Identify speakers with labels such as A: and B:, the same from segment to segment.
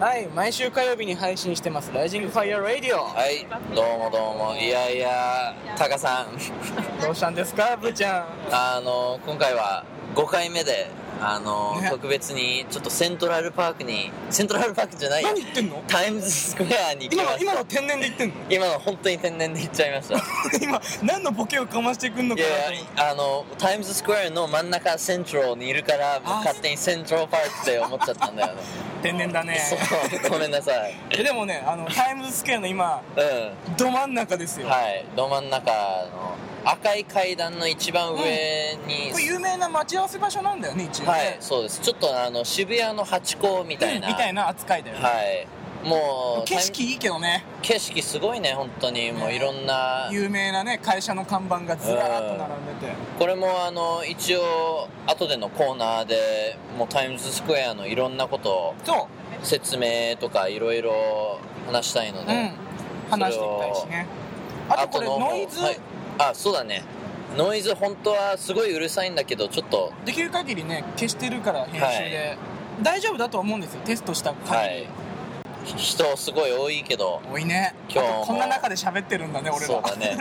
A: はい、毎週火曜日に配信してます、ライジングファイヤーラディオ。
B: はい、どうもどうも。いやいや、タカさん。
A: どうしたんですか、ブーちゃん。
B: あの、今回は5回目で、あの、
A: ね
B: 特別にちょっとセントラルパークに、セントラルパークじゃないや
A: 何言ってんの
B: タイムズスクエアに行き
A: 今
B: ま
A: の、
B: し
A: 今
B: た
A: の。天然で言ってんの
B: 今の本当に天然で行っちゃいました。
A: 今、何のボケをかましてくんの
B: い
A: かなと
B: やいや、あの、タイムズスクエアの真ん中セントラルにいるから、
A: あ
B: 勝手にセントラルパークって思っちゃったんだよね。
A: 天然だ ね。
B: そう、ごめんなさい。
A: えでもね、あの、タイムズスクエアの今、
B: うん。
A: ど真ん中ですよ。
B: はい、ど真ん中の赤い階段の一番上に、
A: これ有名な待ち合わせ場所なんだよね、一応ね。
B: はい、そうです。ちょっとあの渋谷のハチ公みたいな、
A: みたいな扱いだよね。
B: はい、もう
A: 景色いいけどね、
B: 景色すごいね本当にもういろんな、
A: 有名なね、会社の看板がずらーっと並んでて。
B: これもあの一応後でのコーナーでもうタイムズスクエアのいろんなことを
A: そ
B: 説明とかいろいろ話したいの
A: う、う
B: で、
A: ん。話していきたいしね。あとこれ、
B: 後の
A: ノイズ、
B: はいあそうだねノイズ本当はすごいうるさいんだけどちょっと
A: できる限りね消してるから編集で、大丈夫だと思うんですよテストした
B: は
A: 限り、
B: い人すごい多いけど
A: 多いね
B: 今日も
A: あとこんな中で喋ってるんだね俺ら
B: そう だね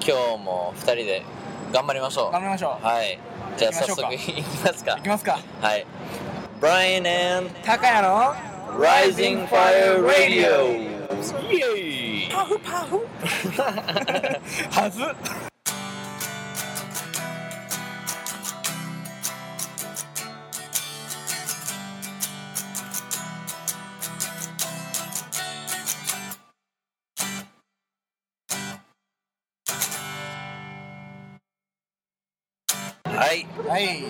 B: 今日も2人で頑張りましょう
A: 頑張りましょう、
B: はい。じゃあ
A: 行きまし
B: 早
A: ょうか
B: 速いきますか
A: い、き。ますか
B: はい。Brian and
A: 高谷の
B: Rising Fire Radio。イエイ
A: パフパ フはず
B: はい。
A: はい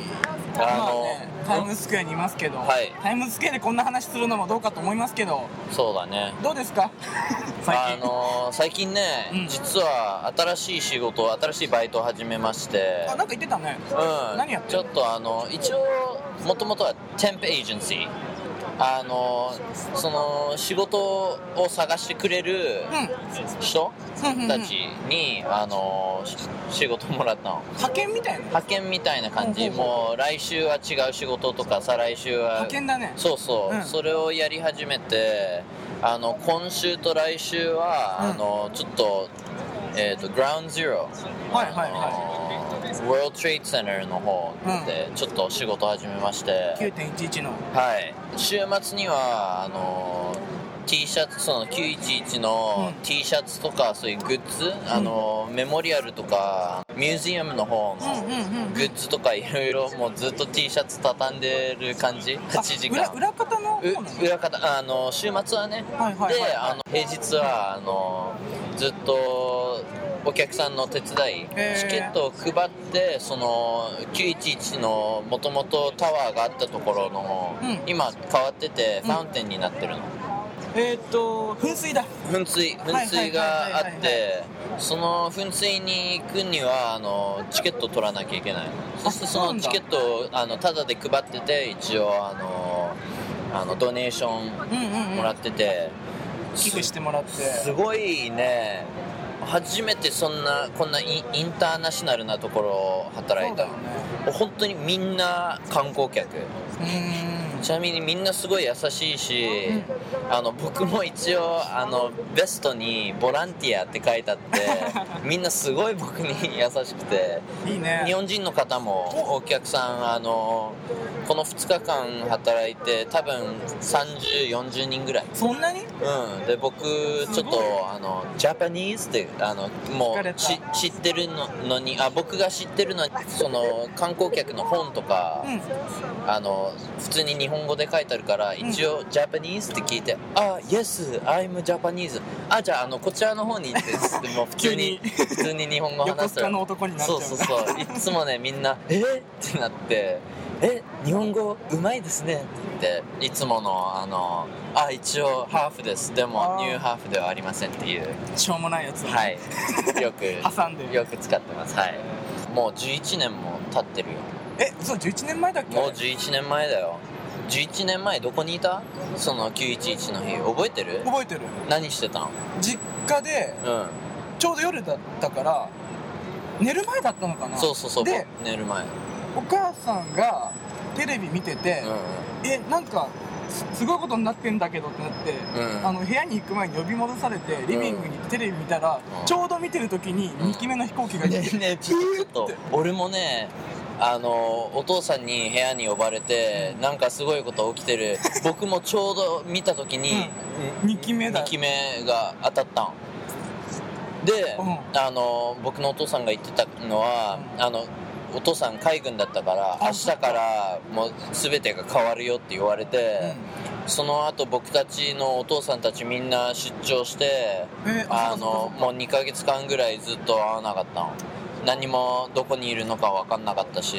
B: あ
A: まあ
B: の、
A: ねタイムズスクエアにいますけど、
B: はい
A: タイムズスクエアでこんな話するのもどうかと思いますけど
B: そうだね。
A: どうです か
B: あ
A: 最近
B: の最近ね、
A: うん
B: 実は新しい仕事、新しいバイトを始めまして、
A: あなんか言ってたね
B: うん、
A: 何やって
B: ちょっとあの一応もともとはテンプエージェンシーあのその仕事を探してくれる
A: うん
B: 人
A: うんうんうん
B: たちに、あのし仕事もらったの
A: 派遣みたいな
B: 派遣みたいな感じ、
A: うんうんうん
B: もう来週は違う仕事とか再来週は
A: 派遣だね
B: そうそう、
A: うん
B: それをやり始めてあの今週と来週は、
A: うん
B: あのちょっとえっ、とグラウンドゼロ
A: はいはいは
B: あの World Trade Center の方でちょっと仕事始めまして、
A: い9.11の
B: はい週末にはあの T シャツその911
A: う
B: の
A: ん
B: T シャツとかそういうグッズ、あのメモリアルとかミュージアムの方
A: うんうんうんう
B: の
A: ん
B: グッズとかいろいろもうずっと T シャツ畳んでる感じ8時間
A: あ裏裏方の方なの
B: う裏方あの週末はね、
A: はいはいはいはい
B: であの平日はあのずっとお客さんの手伝い
A: へー
B: チケットを配ってその911のもともとタワーがあったところの、
A: うん
B: 今変わってて
A: う
B: フ
A: ん
B: ァウンテンになってるの、
A: えーっと噴水だ
B: 噴水噴水があ
A: はいはいはいはい
B: っ
A: はい
B: てその噴水に行くにはあのチケット取らなきゃいけないそして
A: そう
B: そ
A: なん
B: の
A: だ
B: チケットをあのタダで配ってて一応あのあのドネーション
A: うんうんうん
B: もらってて、
A: 寄付してもらって
B: すごいね初めてそんなこんなインインターナショナルなところを働いた
A: そう
B: 本当にみんな観光客
A: だよね
B: ちなみにみんなすごい優しいし、
A: うん
B: あの僕も一応あのベストに「ボランティア」って書 いてあってみんなすごい僕に優しくて
A: うーんいいね
B: 日本人の方もお客さんあのこの2日間働いて多分3040人ぐらい
A: そんなに
B: うん、で僕ち
A: す
B: ょっ
A: ごい
B: とあのジャパニーズってあのも
A: 疲れ
B: う
A: た
B: ち知ってるののにあ僕が知ってるのにその観光客の本とか、
A: うん
B: あの普通に日本語で書いてあるから一応ジャパニーズって聞いて「あ Yes I'm Japanese」あじゃああのこちらの方に行ってつって もう普通に普通に日本語
A: 横
B: 話し
A: 須
B: た
A: 賀
B: ら
A: の男になっちゃ
B: そううそうそういつもねみん な「えってなって「え日本語うまいですね」って言っていつものあの「あ一応ハーフですで
A: あ
B: も
A: ー
B: ニューハーフではありません」っていう
A: しょうもないやつを
B: はい よく
A: 挟んで
B: よく使ってますはいもう11年も経ってるよ
A: えそう11年前だっけ
B: もう11年前だよ11年前どこにいたその911の日覚えてる
A: 覚えてる
B: 何してたん
A: 実家で
B: うん
A: ちょうど夜だったから寝る前だったのかな
B: そうそうそう
A: で
B: 寝る前
A: お母さんがテレビ見てて
B: うんうん
A: えなんかすすごいことになってんだけどってなって、
B: うん
A: あの部屋に行く前に呼び戻されてリビングにテレビ見たら、
B: うん
A: ちょうど見てる時に
B: ん
A: 2機目の飛行機が出
B: ね
A: て、
B: ねちょっとちょっと俺もねあのお父さんに部屋に呼ばれてなんかすごいこと起きてる僕もちょうど見た時に、
A: うん二期目だ
B: 2期目が当たったんで、
A: うん
B: あの僕のお父さんが言ってたのは、
A: うん
B: あのお父さん海軍だったから
A: あ
B: 明日からもう全てが変わるよって言われて、その後僕たちのお父さんたちみんな出張して
A: うんえーあ
B: あのもう2ヶ月間ぐらいずっと会わなかったの何もどこにいるのか分かんなかったし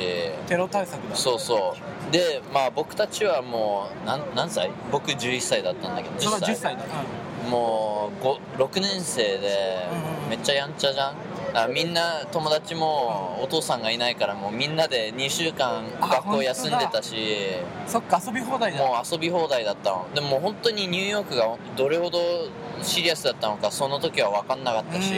A: テロ対策だ
B: そうそうでまあ僕たちはもうなん何歳僕11歳だったんだけど
A: それは
B: 10
A: 10
B: 歳
A: 歳だ、
B: もうご6年生で
A: うん
B: めっちゃやんちゃじゃんあみんな友達もお父さんがいないからもうみんなで2週間
A: あ
B: 学校休んでたし
A: うん、そっか遊び放題だ
B: もう遊び放題だったのでも本当にニューヨークがどれほどシリアスだったのかその時は分かんなかったし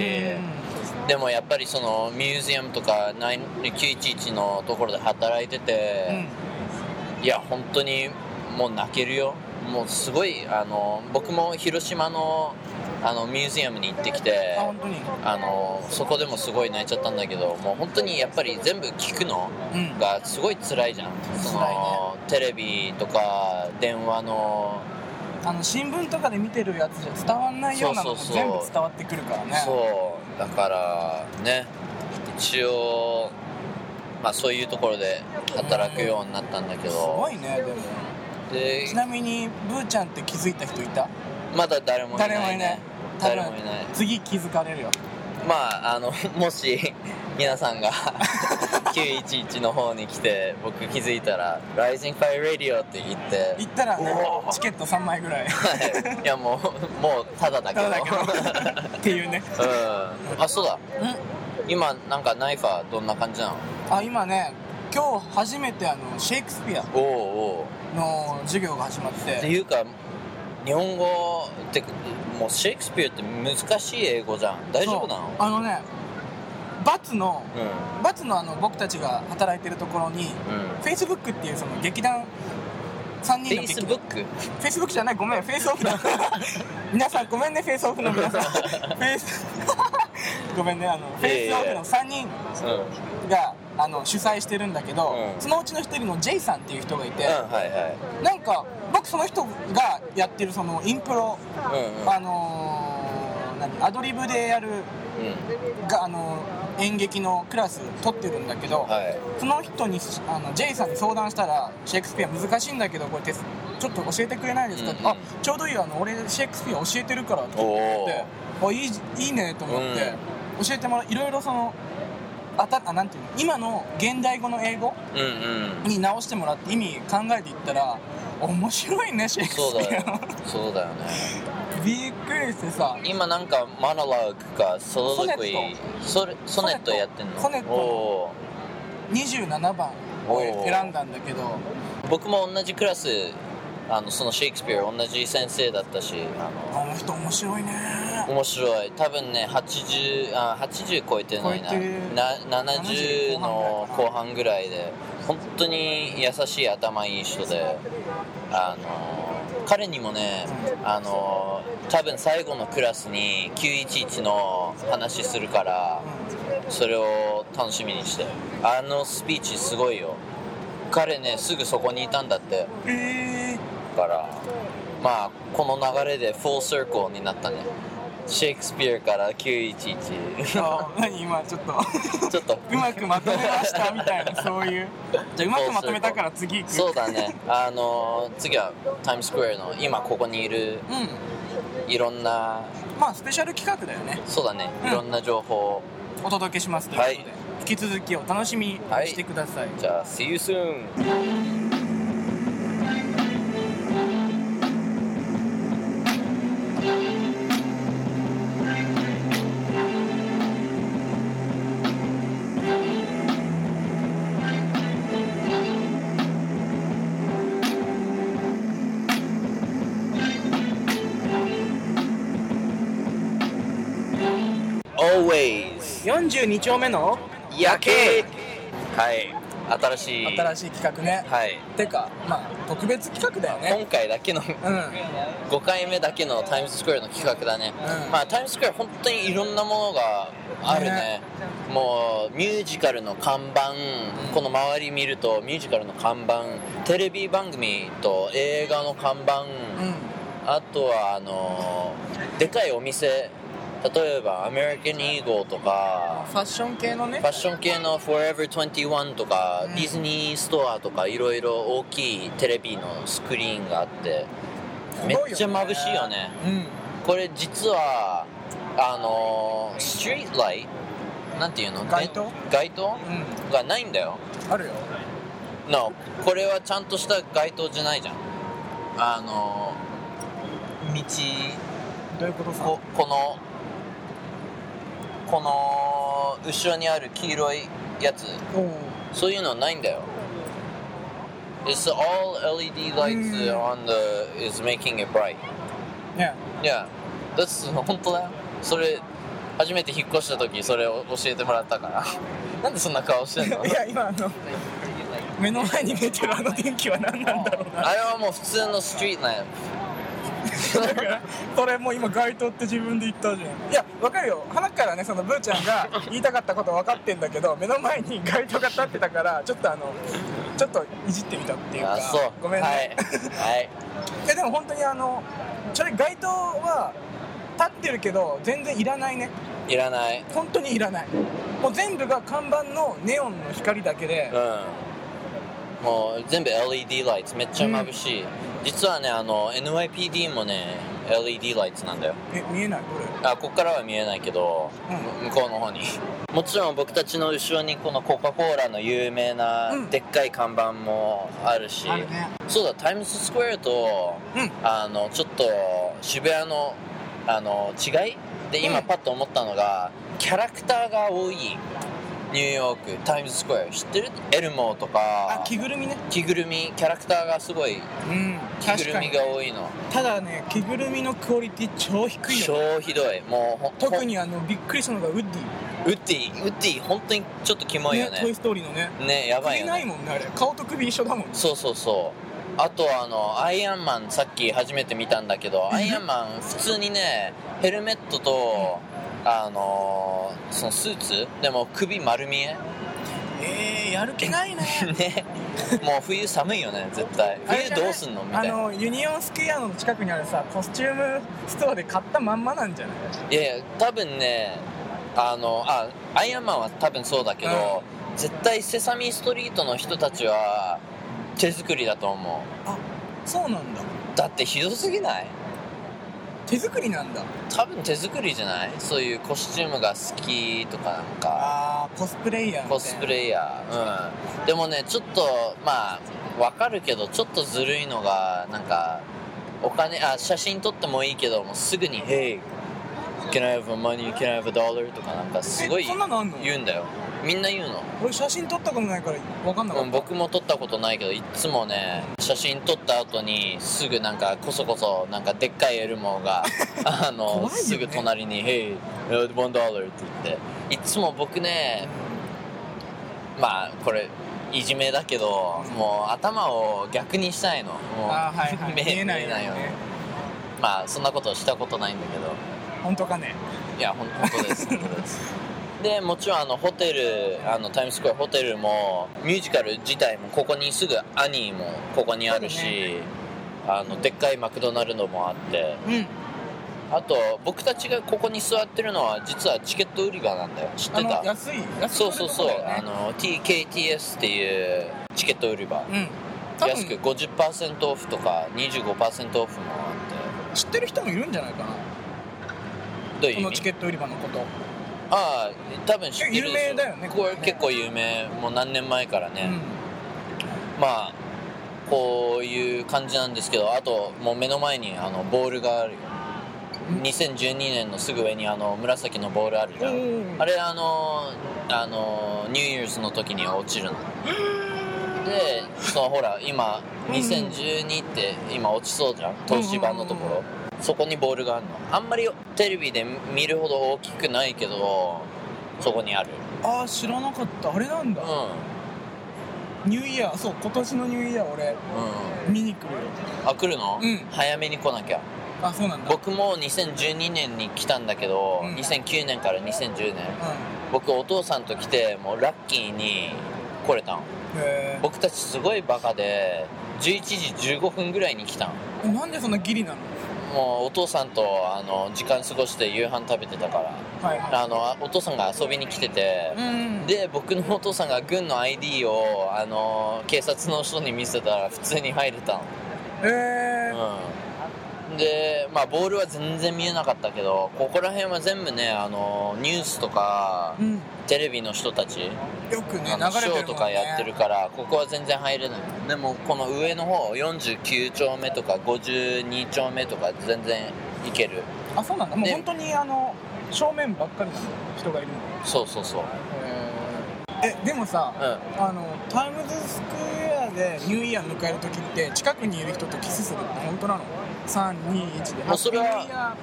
B: でもやっぱりそのミュージアムとか9 911のところで働いて
A: うんう
B: て
A: ん、
B: いや本当にもう泣けるよもうすごいあの僕も広島のあのミュージアムに行ってきて
A: あ本当に
B: あのそこでもすごい泣いちゃったんだけどもう本当にやっぱり全部聞くの
A: うん
B: がすごい辛いじゃんそ
A: 辛い
B: のテレビとか電話の
A: あの新聞とかで見てるやつじゃ伝わんないようなのが
B: そうそうそう
A: 全部伝わってくるからね
B: そうだからね一応まあそういうところで働くようになったんだけ
A: す
B: ど
A: ごいねでも
B: で
A: ちなみにブーちゃんって気づいた人いた
B: まだ誰もい
A: 誰も
B: ないい
A: ない
B: ね
A: 多分
B: 誰もいない
A: 次気づかれるよ
B: まああの もし皆さん が911の方に来て僕気づいたら「Rising Fire Radio」って言って
A: 行ったらね
B: おー
A: チケット3枚ぐらい
B: はいいやもうもうただだけ
A: た
B: ど
A: だだけどっていうね
B: うんあそうだ今なんかナイファーどんな感じなの
A: あ今ね今日初めてあのシェイクスピア
B: おうおう
A: の授業が始まっ
B: って
A: て
B: いうか日本語ってもうシェイクスピアって難しい英語じゃん大丈夫なの
A: そうあのねバツの
B: うんうん
A: バツのあの僕たちが働いてるところにフェイスブックっていうその劇団3
B: フ
A: 人の
B: ェイ
A: 劇
B: ス
A: 団
B: ブック
A: フェイスブックじゃないごめんフェイスオフ だ皆さんごめんねフェイスオフの皆さんフェイス ごめんねあのフ
B: いや
A: ェ
B: い
A: イスオ
B: やい
A: フ
B: や
A: の3人
B: うんうん
A: があの主催してるんだけど、
B: うん
A: そのうちの一人の J さんっていう人がいて、
B: はいはい
A: なんか僕その人がやってるそのインプロ、
B: うん
A: あのー何アドリブでやる
B: うん
A: が、あのー演劇のクラス取ってるんだけど、
B: うんはい
A: その人にあの J さんに相談したらシェイクスピア難しいんだけどこれテスちょっと教えてくれないですかって、
B: うんうん
A: あちょうどいいよあの俺シェイクスピア教えてるからって
B: おお
A: 言ってあいいいいねと思って、教えてもらいろいろそのあたあなんていうの今の現代語の英語
B: うんうん
A: に直してもらって意味考えていったら面白いねシェイク
B: そう
A: スピ
B: だ
A: ア
B: よ
A: の
B: そうだよね
A: びっくりしてさ
B: 今なんかマナログかソロドクイ
A: ソネッ
B: ソレソネットやってんの
A: ソネット
B: お
A: 27番を選んだんだけど
B: ー僕も同じクラスあのそのシェイクスピア同じ先生だったしあの
A: あの人面白いね
B: 面白い多分ね80あ80超えてない
A: 超えてる
B: なな70
A: 70
B: の
A: 後
B: 後半ぐらいで本当に優しい頭いい人であの彼にもねあの多分最後のクラスに911の話するからそれを楽しみにしてあのスピーチすごいよ彼ねすぐそこにいたんだって
A: うんえ
B: だからまあこの流れでフォーサークルになったねシェイクスピアから
A: ー、
B: 911
A: あ何今ちょっと
B: ちょっと
A: うまくまとめましたみたいなそういうじゃあうまくまとめたから次行く
B: そうだねあの次はタイムスクエアの今ここにいる
A: うん
B: いろんな
A: まあスペシャル企画だよね
B: そうだね
A: うん
B: いろんな情報、
A: お届けしますということで、
B: はい
A: 引き続きお楽しみにしてください、
B: じゃあ See you soon! Always!
A: 42丁目の
B: 夜景はい新しい
A: 新しい企画ね、
B: はい
A: てかまあ特別企画だよね
B: 今回だけの
A: うん
B: 5回目だけのタイムズスクエアの企画だね、
A: うん
B: まあ、タイムズスクエア本当にいろんなものがあるね
A: ね
B: もうミュージカルの看板この周り見るとミュージカルの看板テレビ番組と映画の看板、
A: うん
B: あとはあのーでかいお店例えばアメリカン・イーゴーとか
A: ファッション系のね
B: ファッション系の Forever 21とか、
A: うん
B: ディズニーストアとかいろいろ大きいテレビのスクリーンがあってめっちゃ眩しいよね
A: うん
B: これ実はあのーストリートライトなんていうの
A: 街灯
B: 街灯
A: う
B: がないんだよ
A: んあるよ
B: No これはちゃんとした街灯じゃないじゃんあのー道
A: どういうことさ
B: ここのこの後ろにある黄色いやつ
A: おう
B: そういうのないんだよ It's all LED lights
A: うん
B: on the is making it bright
A: ね
B: Yeah that's 本当だよそれ初めて引っ越した時それを教えてもらったから なんでそんな顔してんの
A: いや今あの目の前に見えてるあの電気は何なんだろう な
B: あれはもう普通のストリートラン
A: だからそれもう今街灯って自分で言ったじゃんいやわかるよ花からねそのブーちゃんが言いたかったこと分かってんだけど目の前に街灯が立ってたからちょっとあのちょっといじってみたっていうか
B: あそう
A: ごめんね、
B: はい はい
A: いやでも本当にあのそれ街灯は立ってるけど全然いらないね
B: いら ない
A: 本当にいらないもう全部が看板のネオンの光だけで、
B: うん、もう全部 LED ライトめっちゃ眩しい、実はねあの NYPD もね LED ライトなんだよ
A: え見えないこれ
B: あこっからは見えないけど、向こうの方にもちろん僕たちの後ろにこのコカ・コーラの有名な
A: うん
B: でっかい看板もあるし、
A: ね
B: そうだタイムズスクエアと
A: うん
B: あのちょっと渋谷のあの違いで今
A: うん
B: パッと思ったのが、キャラクターが多いニューヨークタイムズスクエア知ってるエルモと
A: あ
B: か
A: 着ぐるみね
B: 着ぐるみキャラクターがすごい
A: うん
B: 着ぐるみが多いの
A: ただね着ぐるみのクオリティ超低いよ
B: 超ひどいもうほん
A: 特にあのびっくりしたのがウッディ
B: ウッディウッディ本当にちょっとキモいよ
A: トイ・
B: ね
A: ストーリーのね
B: ねやばい
A: 首
B: よ
A: ない
B: ね
A: もんねあれ顔と首一緒だもん
B: そうそうそうあとあのアイアンマンさっき初めて見たんだけどアイアンマン普通にねヘルメットとあのーそのスーツでも首丸見え
A: えー、やる気ないね
B: ねもう冬寒いよね絶対冬どうすんのみたい
A: あ
B: な
A: のユニオンスクエアの近くにあるさコスチュームストアで買ったまんまなんじゃない
B: いやいや多分ねあのあアイアンマンは多分そうだけど、絶対セサミストリートの人たちは手作りだと思
A: あそうなんだ
B: うだってひどすぎない
A: 手作りなんだ
B: 多分手作りじゃないそういうコスチュームが好きとかなんか
A: あーコスプレイヤーみたいな
B: コスプレイヤーうんでもねちょっとまあわかるけどちょっとずるいのがなんかお金あ写真撮ってもいいけどもうすぐに「Hey can I have a money can I have a dollar」とかなんかすごい
A: えそんなのあんの
B: 言うんだよみんな言うの
A: 俺写真撮ったことないから分かんなか
B: う
A: っ
B: ん、
A: た、
B: 僕も撮ったことないけどいっつもね写真撮った後にすぐなんかこそこそなんかでっかいエルモ があの、
A: 怖いよね
B: すぐ隣に「Hey, one dollar」って言っていっつも僕ねまあこれいじめだけどもう頭を逆にしたいのもう
A: あーはい はい
B: 見えないよね
A: よね
B: まあそんなことしたことないんだけど
A: 本当かね
B: いや、ほん本当です、本当です。で、もちろんあのホテル、あのタイムズスクエアホテルも、ミュージカル自体もここにすぐ、アニーもここにあるし、あのでっかいマクドナルドもあって、
A: うん
B: あと僕たちがここに座ってるのは、実はチケット売り場なんだよ、知っ
A: あ
B: て
A: の
B: た。
A: 安い安い
B: そうそうそう、
A: とこだ
B: あ
A: よね
B: の TKTS っていうチケット売り場、
A: うん多分
B: 安く50%オフとか25%オフもあっ
A: 知ってる人もいるんじゃないかな
B: て、どういう
A: こ
B: 意
A: の
B: 味
A: チケット売り場のこと
B: ああ多分知ってるでしょ
A: 有名だよね
B: これ結構有名もう何年前から
A: う
B: ね
A: ん、
B: まあこういう感じなんですけどあともう目の前にあのボールがあるよ2012年のすぐ上にあの紫のボールあるじゃ
A: うんん
B: あれあのあのニューイヤーズの時に落ちるのでそのほら今
A: うん
B: 2012って今落ちそうじゃん東芝のところそこにボールがあるのあんまりテレビで見るほど大きくないけどそこにある
A: ああ知らなかったあれなんだ、
B: う
A: ニューイヤーそう今年のニューイヤー俺
B: う
A: 見に来るよ
B: んあ来るの、
A: うん
B: 早めに来なきゃ
A: あそうなんだ
B: 僕も2012年に来たんだけど、
A: うん
B: 2009年から2010年
A: う
B: 僕お父さんと来てもうラッキーに来れたん
A: んへ
B: 僕たちすごいバカで11時15分ぐらいに来たん
A: えなんでそんなギリなの
B: もうお父さんとあの時間過ごして夕飯食べてたから
A: はいは
B: あのお父さんが遊びに来てて
A: い、うん
B: で僕のお父さんが軍の ID をあの警察の人に見せたら普通に入れた
A: えー、
B: の、うん、でまあボールは全然見えなかったけどここら辺は全部ねあのニュースとか
A: うん
B: テレビの人たち
A: よくね
B: あの
A: 流れ
B: シ
A: てるもん、ね、
B: ョーとかやってるからここは全然入れないでもこの上の方49丁目とか52丁目とか全然いける
A: あそうなんだもう
B: ね
A: 本当にあの正面ばっかりの人がいるの
B: そうそうそう
A: えでもさ、
B: うん
A: あのタイムズスクエアでニューイヤー迎える時って近くにいる人とキスするって本当なの ?321 で
B: もうそれは
A: は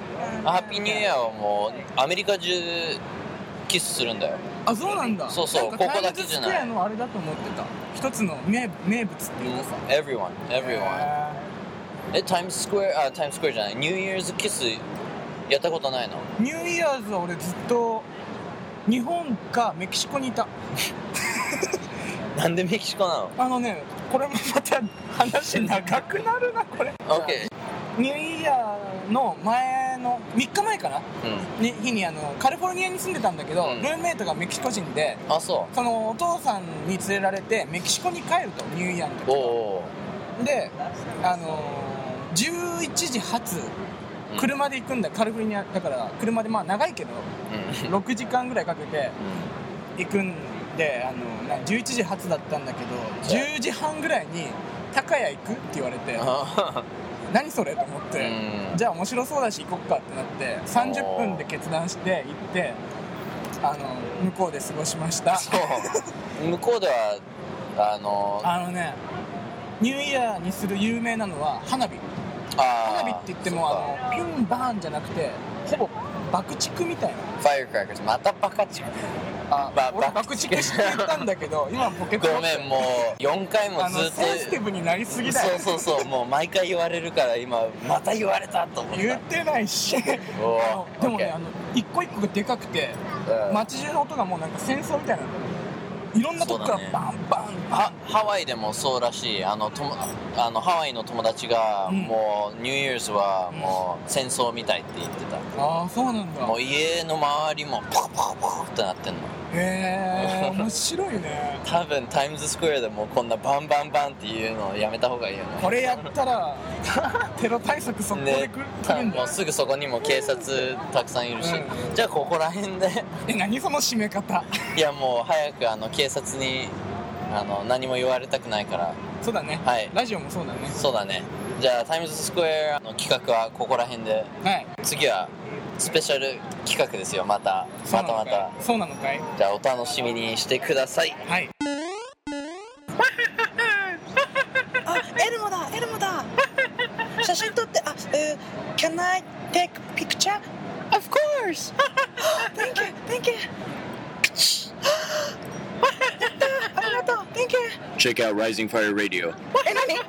B: ハッピーニューイヤーはもうアメリカ中キスするんだよ
A: あそうなんだ
B: そうそう
A: なんか
B: ここだけじゃない
A: タイムズスクエアのあれだと思ってた一つの名名物っていうかさ
B: Everyone everyone えタイムズスクエアあタイムズスクエアじゃないニューイヤーズキスやったことないの
A: ニューイヤーズは俺ずっと日本かメキシコにいた
B: なんでメキシコなの
A: あのねこれもまた話長くなるなこれ
B: ?OK
A: ニューイヤーの前の3日前かな
B: うん
A: に日にあのカリフォルニアに住んでたんだけど、
B: うん
A: ルームメイトがメキシコ人で
B: あそ
A: そのお父さんに連れられてメキシコに帰るとニューイヤーの
B: うお
A: 時
B: お
A: であのー、11時発
B: うん
A: 車で行くんだカリフォルニアだから車でまあ長いけど
B: うん
A: 6時間ぐらいかけて行くんであのな11時発だったんだけど10時半ぐらいに「高屋行く?」って言われて
B: あ
A: 「何それ?」と思っ
B: う
A: て。
B: ん
A: じゃあ面白そうだし行こっかってなって30分で決断して行ってあの向こうで過ごしました
B: そう向こうではあの
A: あのねニューイヤーにする有名なのは花火
B: あー
A: 花火って言っても
B: そっか
A: あのピュンバーンじゃなくてほぼ爆竹みたいな
B: ファイアクラッカーズまたバカチ
A: あ
B: ば
A: 俺
B: 爆
A: 爆竹して言ったんだけど今ポケット
B: ごめんもう4回も
A: あの
B: ずっと
A: センシティブになりすぎだよ
B: そうそうそうもう毎回言われるから今また言われたと思った
A: 言ってないし
B: おー
A: あのでもね
B: OK
A: あの一個一個がでかくて
B: うん
A: 街中の音がもうなんか戦争みたいなんだよいろんなとこから
B: そうだね
A: バンバンバン
B: はハワイでもそうらしいあのともあのハワイの友達が
A: うん
B: もうニューイヤーズはもう戦争みたいって言ってた
A: ああそうなんだ
B: もう家の周りもパカパカパカってなってんの
A: へえ面白いね
B: 多分タイムズスクエアでもうこんなバンバンバンっていうのやめた方がいいよね
A: これやった らテロ対策速攻で
B: ね
A: くる,、
B: た
A: んだ
B: も
A: よ
B: うすぐそこにも警察たくさんいるし、
A: う
B: じゃあここら辺で
A: え何その締め方
B: いやもう早くあの警察にあの何も言われたくないから
A: そうだね、
B: はい
A: ラジオもそうだね
B: そうだねじゃあタイムズスクエアの企画はここら辺で
A: はい
B: 次はスペシャル企画ですよまた
A: そうな
B: また
A: の
B: ま
A: かい
B: た
A: そうなのかい
B: じゃあお楽しみにしてください
A: はい
C: あ、エルモだ、エルモ だ。写真撮って、あ、えー、can I take picture? Of course. thank you, thank you. プチありがとう、thank you.
D: Check out Rising Fire Radio.
C: え、なに、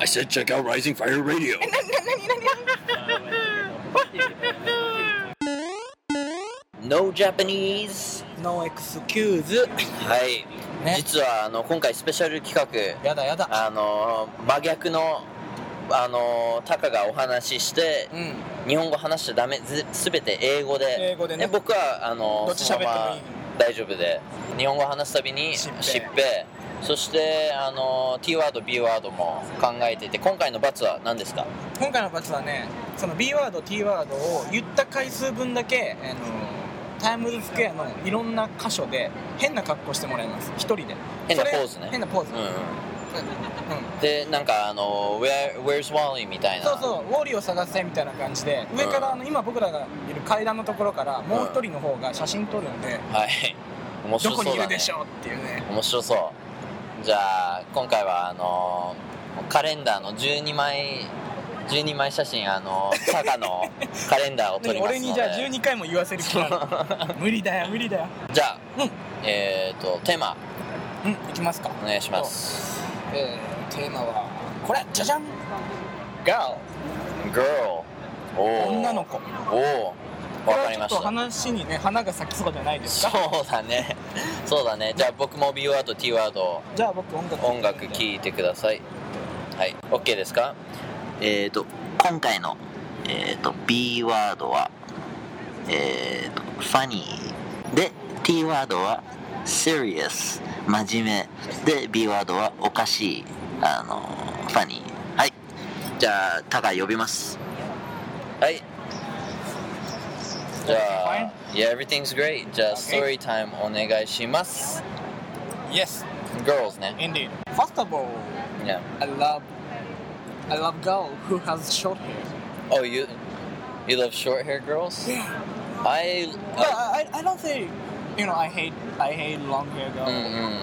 D: I said check out Rising Fire Radio.
C: え、なに、なに、なに。
B: No Japanese
A: No excuse
B: はい、
A: ね
B: 実はあの今回スペシャル企画
A: やだやだ
B: あの真逆のあのタカがお話しして
A: うん
B: 日本語話しちゃダメず全て英語で
A: 英語でね
B: 僕はあの
A: どっち
B: そのまま
A: 喋ってもいい
B: 大丈夫で日本語話すたびに
A: しっぺ
B: しっぺそしてあの T ワード B ワードも考えていて今回の罰は何ですか
A: 今回の罰はねその B ワード T ワードを言った回数分だけあのタイムズスクエアのいろんな箇所で変な格好してもらいます一人で
B: 変な
A: それ
B: ポーズね
A: 変なポーズ、
B: うん
A: うん
B: でなんかあの「Where, Where's Wally」みたいな
A: そうそうウォーリーを探せみたいな感じで上からあの今僕らがいる階段のところからもう一人の方が写真撮るんで、
B: はい面
A: ど
B: 白
A: こ
B: そう
A: にい
B: だ
A: る
B: ね
A: でしょうっていうね
B: 面白そうじゃあ今回はあのカレンダーの12枚12枚写真あのタカのカレンダーを撮りますの
A: 俺
B: で
A: にじゃあ12回 も言わせる気なの無理だよ無理だよ
B: じゃあ、
A: うん
B: えっ、とテーマ
A: うんいきますか
B: お願いします
A: えー、テーマはこれじゃじゃん
B: Girl Girl おー
A: 女の子
B: おおわかり
A: これは
B: ま
A: ちょっと
B: した
A: 話にね花が咲きそうじゃないです
B: そ
A: か
B: うだねそうだねじゃあ僕も B ワード T ワード
A: じゃあ僕音楽
B: 音楽聴いてくださいはい OK ですか
E: えー、と今回の、えー、と B ワードは、えー、とファニーで T ワードは serious 真面目で B ワードはおかしいあのファニーはいじゃあタカ呼びます
B: はいじゃあ Yeah everything's great じゃあ
A: Okay.
B: story time お願いします
A: Yes
B: Girls ね
A: indeed First of all
B: Yeah
A: I love I love girl who has short hair
B: Oh you You love short hair girls?
A: Yeah
B: I
A: But I, I don't think you know I hate I hate long hair
B: う
A: girl
B: んうん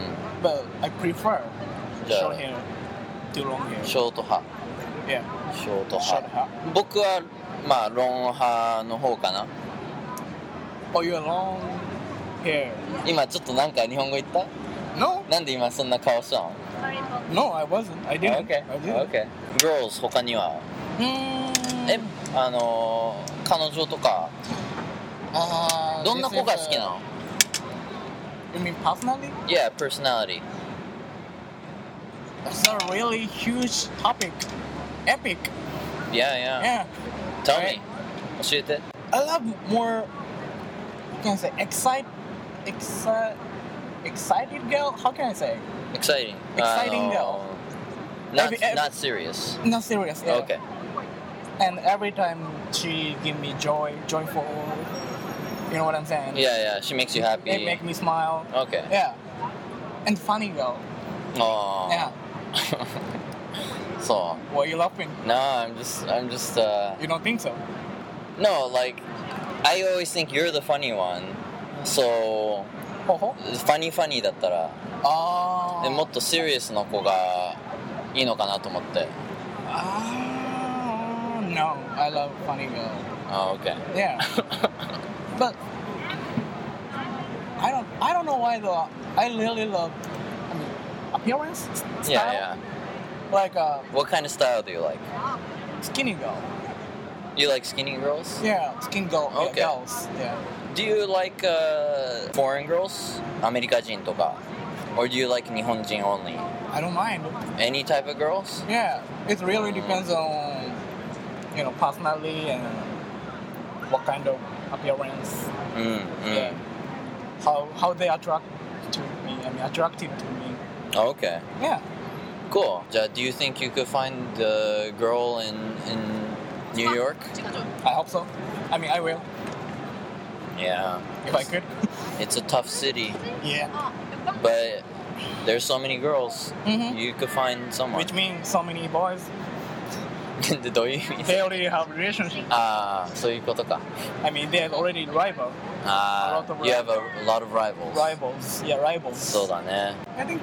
A: but I prefer
B: Yeah.
A: short hair to long hair
B: ショート派
A: yeah
B: ショート
A: ショート
B: 派
A: 派
B: 僕はまあロン派の方かな
A: Oh you're long hair
B: 今ちょっとなんか日本語言った
A: No
B: なんで今そんな顔したの
A: No I wasn't I didn't
B: ?OK
A: I didn't
B: OK Girls 他には
A: Mm,
B: えあのー彼女とか
A: あー
B: どんな子が好きな
A: Uh, this is, uh,
B: の
A: You mean personally?
B: Yeah personality
A: That's a really huge topic. Epic.
B: Yeah yeah
A: Yeah.
B: Tell
A: Right.
B: me 教えて
A: I love more. You can say excite, excite, excited girl. How can I say?
B: Exciting
A: Exciting
B: あのー
A: Every-
B: Not
A: every-
B: not serious
A: Not serious. yeah.
B: OK
A: And every time she give me joy, joyful. You know what I'm saying?
B: Yeah yeah she makes you happy
A: They make me smile.
B: OK
A: Yeah. And funny girl.
B: ああ
A: Yeah.
B: そう
A: What you laughing?
B: No, I'm just, I'm just, uh,
A: You don't think so?
B: no, like, I always think you're the funny one. So,
A: Ho ho.
B: funny funny だったら、
A: Ah.
B: でもっと serious の子がいいのかなと思って。
A: Ah, no, I love funny girl.
B: あ、OK。
A: Yeah, but I don't. I don't know why though. I really love. I mean, appearance. s- Style,
B: yeah, yeah.
A: Like a
B: What kind of style do you like?
A: skinny girl.
B: You like skinny girls?
A: Yeah, skinny girl. yeah,
B: Okay.
A: girls. Yeah.
B: Do you like, uh, foreign girls? アメリカ人とか。Or do you like 日本人 only?
A: I don't mind.
B: Any type of girls?
A: Yeah, it really depends on you know personality and what kind of appearance.
B: うん、うん。
A: Yeah. How how they attract to me. I mean, attractive to me.
B: OK.
A: Yeah.
B: Cool. Uh, do you think you could find the girl in in New York?
A: I hope so. I mean, I will
B: Yeah.
A: if I could.
B: It's a tough city,
A: yeah.
B: but there's so many girls.
A: Mhm.
B: You could find someone.
A: Which means so many boys
B: Do you mean? Ah,
A: they already have relationship.
B: ああ、そういうことか。
A: I mean, they're already rival
B: あ
A: lot
B: あ
A: of、
B: Ah, you have a lot of rivals.
A: rivals. Yeah, rivals.
B: そうだね。
A: I think it's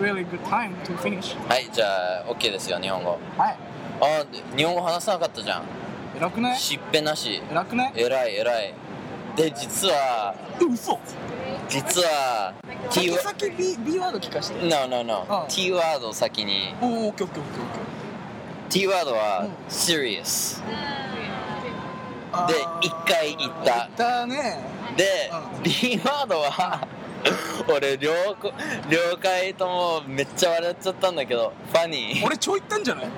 A: really good time to finish.
B: はい、じゃあ OK ですよ日本語。
A: はい。
B: あー、日本語話さなかったじゃん。
A: 偉くない？
B: しっぺなし。
A: 偉くない？
B: えらいえらい。で実は
A: 嘘。
B: 実は T
A: 先
B: ワ
A: 先 B B ワード聞かして。
B: No no no、
A: うん
B: T ワードを先に。
A: おお、オッケーオッケーオッケーオッケ
B: T ワードは
A: うん
B: serious
A: ー。
B: で
A: あー
B: 一回言った
A: 言ったね。
B: で
A: うん
B: B ワードは 俺両こ両回ともめっちゃ笑っちゃったんだけどファニー
A: 俺超言ったんじゃない？
B: フ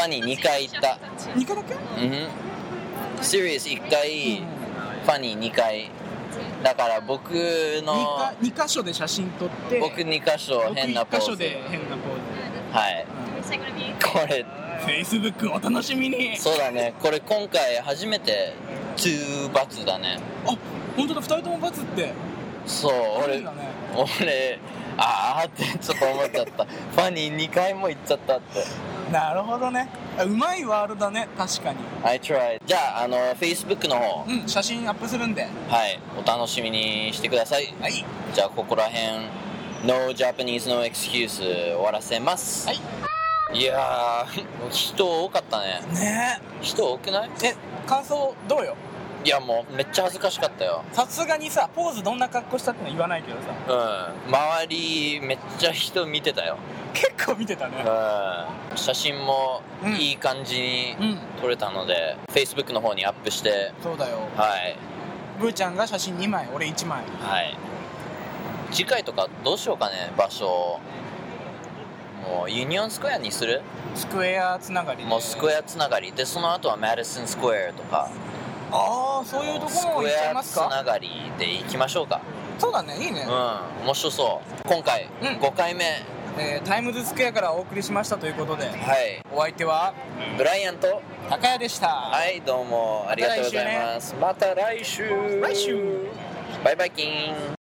B: ァニー2回言った
A: 二回だけ？
B: うん serious1 回
A: うん
B: ファニー2回だから僕
A: 二
B: の
A: か二箇所で写真撮って。
B: 僕2箇所
A: 僕
B: 変なポ
A: 一箇
B: ー
A: 所
B: ズ
A: で変なポー
B: はいこれ
A: ズ。Facebook お楽しみに。
B: そうだねこれ今回初めて2バツだね
A: あ、本当だ。二人ともバツって。
B: そ
A: い
B: う
A: い
B: 俺
A: よね
B: 俺あーってちょっと思っちゃっ たファニー2回も言っちゃったって
A: なるほどねあうまいワードだね確かに
B: I tried じゃああの Facebook の方
A: うん写真アップするんで
B: はいお楽しみにしてください
A: はい
B: じゃあここら辺 No Japanese No Excuse 終わらせます
A: はい
B: いやー人多かったね
A: ね
B: 人多くない
A: ええ感想どうよ
B: いやもうめっちゃ恥ずかしかったよ
A: さすがにさポーズどんな格好したってのは言わないけどさ
B: うん周りめっちゃ人見てたよ
A: 結構見てた
B: う
A: ね
B: ん写真も
A: うん
B: いい感じに
A: うん
B: 撮れたので、Facebook の方にアップして
A: そうだよ
B: はい
A: ブーちゃんが写真2枚俺1枚
B: はい次回とかどうしようかね場所をもうユニオンスクエアにする
A: スクエアつながりで
B: もうスクエアつながりでその後はマディソンスクエアとか
A: ああそういうと
B: ス
A: こも
B: ク
A: 行っちゃ
B: エ
A: い
B: ア
A: ま
B: つ
A: す
B: な
A: か
B: がりで行きましょうか
A: そうだねいいね、
B: うん面白そう今回
A: うん
B: 5回目、
A: えータイムズスクエアからお送りしましたということで
B: はい
A: お相手は
B: ブライアンと
A: 高谷でした、
B: はいどうもありがとうございますまた来週,、
A: 来週
B: バイバイキン